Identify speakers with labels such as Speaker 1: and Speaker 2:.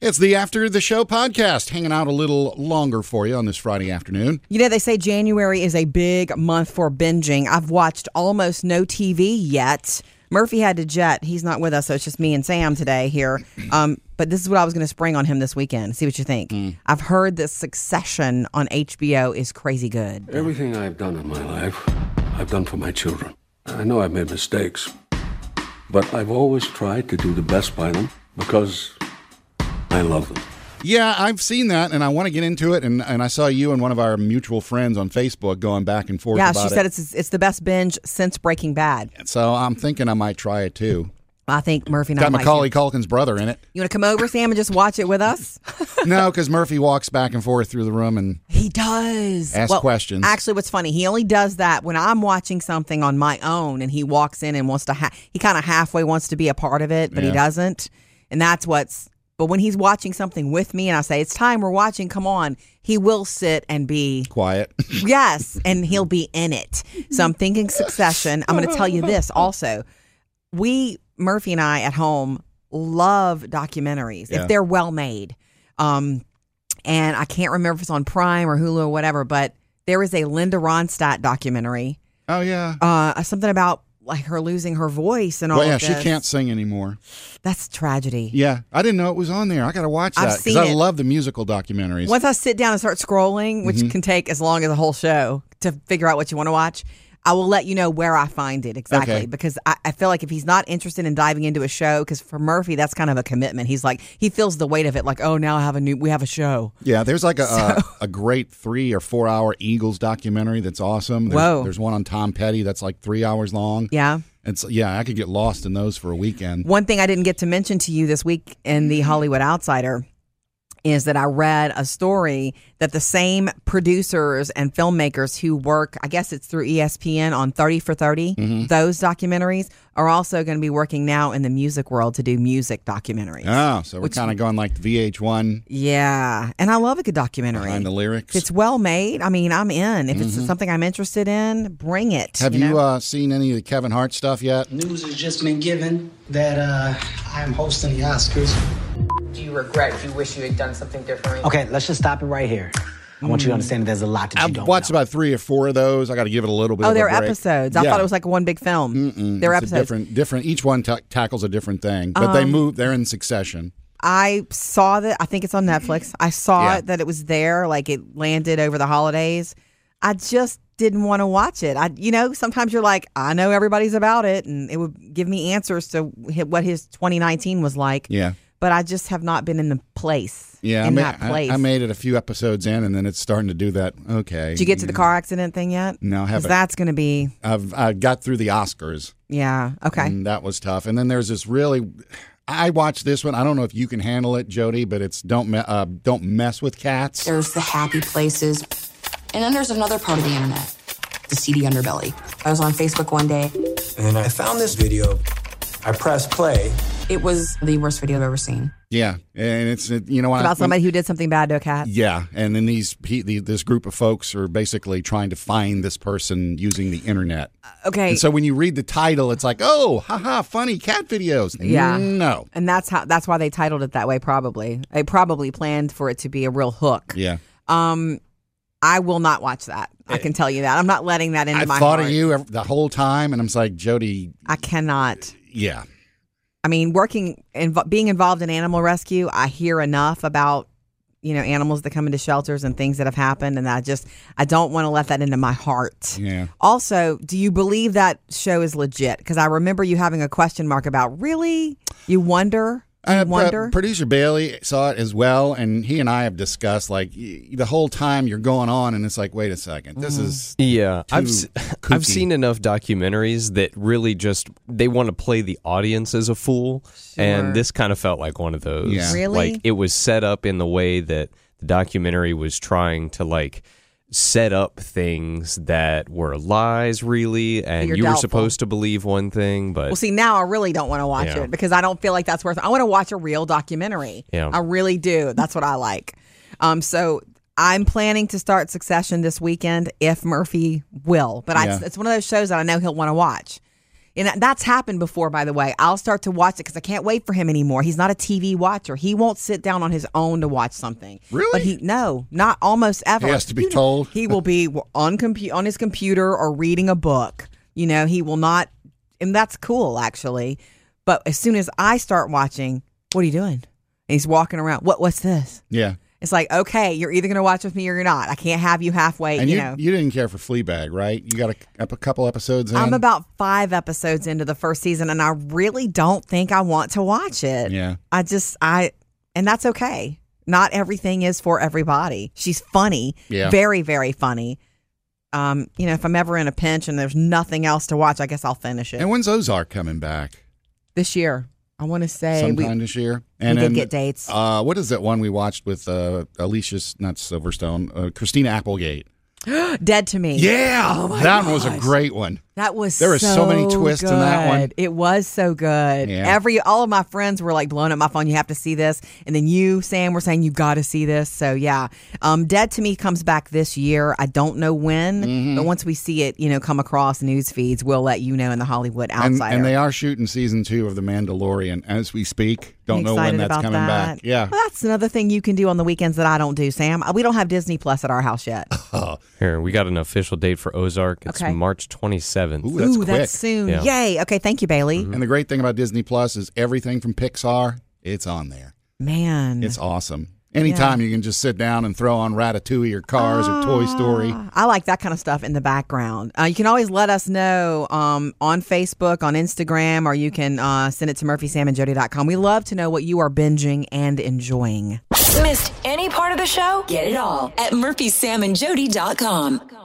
Speaker 1: It's the After the Show podcast, hanging out a little longer for you on this Friday afternoon.
Speaker 2: You know, they say January is a big month for binging. I've watched almost no TV yet. Murphy had to jet. He's not with us, so it's just me and Sam today here. Um, but this is what I was going to spring on him this weekend. See what you think.
Speaker 1: Mm.
Speaker 2: I've heard that Succession on HBO is crazy good.
Speaker 3: Everything I've done in my life, I've done for my children. I know I've made mistakes, but I've always tried to do the best by them because I love them.
Speaker 1: Yeah, I've seen that, and I want to get into it. And, and I saw you and one of our mutual friends on Facebook going back and forth
Speaker 2: Yeah,
Speaker 1: about
Speaker 2: she
Speaker 1: it.
Speaker 2: said it's it's the best binge since Breaking Bad.
Speaker 1: so I'm thinking I might try it too.
Speaker 2: I think Murphy and I
Speaker 1: Got
Speaker 2: might-
Speaker 1: Macaulay Culkin's brother in it.
Speaker 2: You want to come over, Sam, and just watch it with us?
Speaker 1: No, because Murphy walks back and forth through the room, and
Speaker 2: He does.
Speaker 1: Ask questions.
Speaker 2: Actually, what's funny, he only does that when I'm watching something on my own and he walks in and wants to, ha- he kind of halfway wants to be a part of it, but he
Speaker 1: Yeah.
Speaker 2: doesn't. And that's what's, but when he's watching something with me and I say, it's time we're watching, come on, he will sit and be,
Speaker 1: quiet.
Speaker 2: yes, and he'll be in it. So I'm thinking succession. I'm going to tell you this also. We, Murphy and I at home, love documentaries
Speaker 1: Yeah.
Speaker 2: if they're well made. Um, and I can't remember if it's on Prime or Hulu or whatever, but there is a Linda Ronstadt documentary,
Speaker 1: oh yeah.
Speaker 2: uh, something about like her losing her voice and all.
Speaker 1: Well, yeah,
Speaker 2: of
Speaker 1: she
Speaker 2: this.
Speaker 1: can't sing anymore.
Speaker 2: That's tragedy.
Speaker 1: Yeah, I didn't know it was on there. I got to watch
Speaker 2: I've
Speaker 1: that because
Speaker 2: seen
Speaker 1: I
Speaker 2: it.
Speaker 1: love the musical documentaries.
Speaker 2: Once I sit down and start scrolling, which can take as long as a whole show to figure out what you want to watch, I will let you know where I find it exactly
Speaker 1: Okay.
Speaker 2: because I, I feel like if he's not interested in diving into a show, because for Murphy that's kind of a commitment. He's like he feels the weight of it, like oh now I have a new we have a show.
Speaker 1: Yeah, there's like a, a a great three or four hour Eagles documentary that's awesome. There's,
Speaker 2: Whoa.
Speaker 1: There's one on Tom Petty that's like three hours long.
Speaker 2: Yeah.
Speaker 1: It's yeah, I could get lost in those for a weekend.
Speaker 2: One thing I didn't get to mention to you this week in
Speaker 1: Mm-hmm.
Speaker 2: the Hollywood Outsider is that I read a story that the same producers and filmmakers who work, I guess it's through E ESPN on 30 for 30,
Speaker 1: Mm-hmm.
Speaker 2: those documentaries are also going to be working now in the music world to do music documentaries.
Speaker 1: Oh, so we're kind of going like VH1
Speaker 2: yeah. And I love a good documentary.
Speaker 1: behind the lyrics.
Speaker 2: if it's well made, I mean, I'm in. If it's something I'm interested in, bring it.
Speaker 1: Have you,
Speaker 2: know?
Speaker 1: uh, seen any of the Kevin Hart stuff yet?
Speaker 4: News has just been given that uh, I am hosting the Oscars.
Speaker 1: uh,
Speaker 5: Do you regret? Do you wish you had done something
Speaker 2: Oh,
Speaker 5: different?
Speaker 4: Okay, let's just stop it right here. I want you to understand that there's a lot that you
Speaker 1: Hmm. I've
Speaker 4: don't
Speaker 1: watched
Speaker 4: know.
Speaker 1: about three or four of those. I got to give it a little bit.
Speaker 2: oh,
Speaker 1: of a
Speaker 2: they're
Speaker 1: break.
Speaker 2: episodes. I
Speaker 1: Yeah.
Speaker 2: thought it was like one big film. They're
Speaker 1: It's a
Speaker 2: episodes. Um,
Speaker 1: different, different. Each one ta tackles a different thing, but they move. They're in succession.
Speaker 2: I saw that. I think it's on Netflix. I saw
Speaker 1: Mm-hmm. Yeah.
Speaker 2: it that it was there, like it landed over the holidays. I just didn't want to watch it. I, you know, sometimes you're like, I know everybody's about it, and it would give me answers to hi- what his 2019 was like.
Speaker 1: Yeah.
Speaker 2: But I just have not been in the place.
Speaker 1: Yeah,
Speaker 2: in
Speaker 1: I, ma-
Speaker 2: that
Speaker 1: I-
Speaker 2: place.
Speaker 1: I, made it a few episodes in, and then it's starting to do that. Okay.
Speaker 2: Did you get to the car accident thing yet?
Speaker 1: Mm. No, I
Speaker 2: 'Cause
Speaker 1: haven't.
Speaker 2: That's going to be
Speaker 1: I've I got through the Oscars,
Speaker 2: yeah. Okay.
Speaker 1: and that was tough. And then there's this really, I watched this one. I don't know if you can handle it, Jody, but it's don't me- uh, don't mess with cats.
Speaker 6: There's the happy places. And then there's another part of the internet the seedy underbelly. I was on Facebook one day.
Speaker 7: And then I found this video. I pressed play.
Speaker 6: It was the worst video I've ever seen.
Speaker 1: Yeah, and it's it- you know when I-
Speaker 2: About
Speaker 1: when-
Speaker 2: somebody who did something bad to a cat.
Speaker 1: Yeah, and then these he, the, this group of folks are basically trying to find this person using the internet.
Speaker 2: Okay.
Speaker 1: And so when you read the title, it's like, oh, haha, funny cat videos.
Speaker 2: Yeah.
Speaker 1: No.
Speaker 2: and that's how that's why they titled it that way probably they probably planned for it to be a real hook
Speaker 1: Yeah.
Speaker 2: um i will not watch that i can tell you that i'm not letting that into
Speaker 1: I
Speaker 2: my
Speaker 1: thought of
Speaker 2: heart.
Speaker 1: you ev- the whole time, and I'm just like, Jody,
Speaker 2: i cannot
Speaker 1: yeah.
Speaker 2: i mean working and being involved in animal rescue i hear enough about you know animals that come into shelters and things that have happened and i just i don't want to let that into my heart
Speaker 1: Yeah.
Speaker 2: also do you believe that show is legit because i remember you having a question mark about really you wonder you
Speaker 1: Uh, pro-
Speaker 2: wonder
Speaker 1: producer Bailey saw it as well, and he and I have discussed like y- the whole time you're going on, and it's like, wait a second, this
Speaker 2: Mm-hmm.
Speaker 1: is
Speaker 8: Yeah, I've
Speaker 1: too
Speaker 8: s-
Speaker 1: kooky.
Speaker 8: I've seen enough documentaries that really just they want to play the audience as a fool,
Speaker 2: Sure.
Speaker 8: and this kind of felt like one of those.
Speaker 1: Yeah.
Speaker 2: Really?
Speaker 8: like it was set up in the way that the documentary was trying to like set up things that were lies, really, and
Speaker 2: you're
Speaker 8: you were
Speaker 2: doubtful.
Speaker 8: supposed to believe one thing, but
Speaker 2: Well, see, now I really don't want to watch
Speaker 8: Yeah.
Speaker 2: it because I don't feel like that's worth. I want to watch a real documentary.
Speaker 8: Yeah.
Speaker 2: I really do. That's what I like. Um, so I'm planning to start Succession this weekend if Murphy will, but I,
Speaker 1: Yeah.
Speaker 2: it's one of those shows that I know he'll want to watch. And that- that's happened before, by the way. I'll start to watch it because I can't wait for him anymore. He's not a TV watcher. He won't sit down on his own to watch something.
Speaker 1: Really?
Speaker 2: But he no, not almost ever.
Speaker 1: He has to be
Speaker 2: You know,
Speaker 1: told.
Speaker 2: He will be on compu- on his computer or reading a book. You know, he will not, and that's cool actually. But as soon as I start watching, what are you doing? And he's walking around. What? What's this?
Speaker 1: Yeah.
Speaker 2: It's like okay, you're either going to watch with me or you're not. I can't have you halfway.
Speaker 1: And you,
Speaker 2: you
Speaker 1: you,
Speaker 2: know,
Speaker 1: didn't care for Fleabag, right? You got a, up a couple episodes in.
Speaker 2: I'm about five episodes into the first season, and I really don't think I want to watch it.
Speaker 1: Yeah.
Speaker 2: I just I, and that's okay. Not everything is for everybody. She's funny,
Speaker 1: Yeah.
Speaker 2: very very funny. Um, you know, if I'm ever in a pinch and there's nothing else to watch, I guess I'll finish it
Speaker 1: And when's Ozark coming back?
Speaker 2: this year. I want to say we,
Speaker 1: Sometime this year.
Speaker 2: we
Speaker 1: And
Speaker 2: did
Speaker 1: then,
Speaker 2: get dates.
Speaker 1: Uh, what is that one we watched with uh, Alicia, not Silverstone, uh, Christina Applegate?
Speaker 2: Dead to Me.
Speaker 1: Yeah,
Speaker 2: Oh
Speaker 1: that one was a great one.
Speaker 2: That was
Speaker 1: There were so many twists in that one.
Speaker 2: good. It was so good.
Speaker 1: Yeah.
Speaker 2: Every all of my friends were like blowing up my phone. You have to see this, and then you, Sam, were saying you got to see this. So yeah, um, Dead to Me comes back this year. I don't know when,
Speaker 1: Mm-hmm.
Speaker 2: but once we see it, you know, come across news feeds, we'll let you know in the Hollywood
Speaker 1: And,
Speaker 2: Outsider.
Speaker 1: and they are shooting season two of The Mandalorian as we speak. Don't
Speaker 2: I'm
Speaker 1: know when
Speaker 2: excited
Speaker 1: that's
Speaker 2: about
Speaker 1: coming
Speaker 2: that.
Speaker 1: back. Yeah.
Speaker 2: well, that's another thing you can do on the weekends that I don't do, Sam. We don't have Disney Plus at our house yet.
Speaker 8: Here, we got an official date for Ozark. It's
Speaker 2: Okay.
Speaker 8: March 27th.
Speaker 1: Ooh, that's
Speaker 2: Ooh,
Speaker 1: quick.
Speaker 2: that's soon.
Speaker 8: Yeah.
Speaker 2: Yay! Okay, thank you, Bailey.
Speaker 1: And the great thing about Disney Plus is everything from Pixar, it's on there.
Speaker 2: Man,
Speaker 1: It's awesome. Anytime you can just sit down and throw on Ratatouille or Cars or Toy Story.
Speaker 2: I like that kind of stuff in the background. Uh, you can always let us know um, on Facebook, on Instagram, or you can uh, send it to murphysamandjody.com. We love to know what you are binging and enjoying.
Speaker 9: Missed any part of the show?
Speaker 6: Get it all at murphysamandjody.com.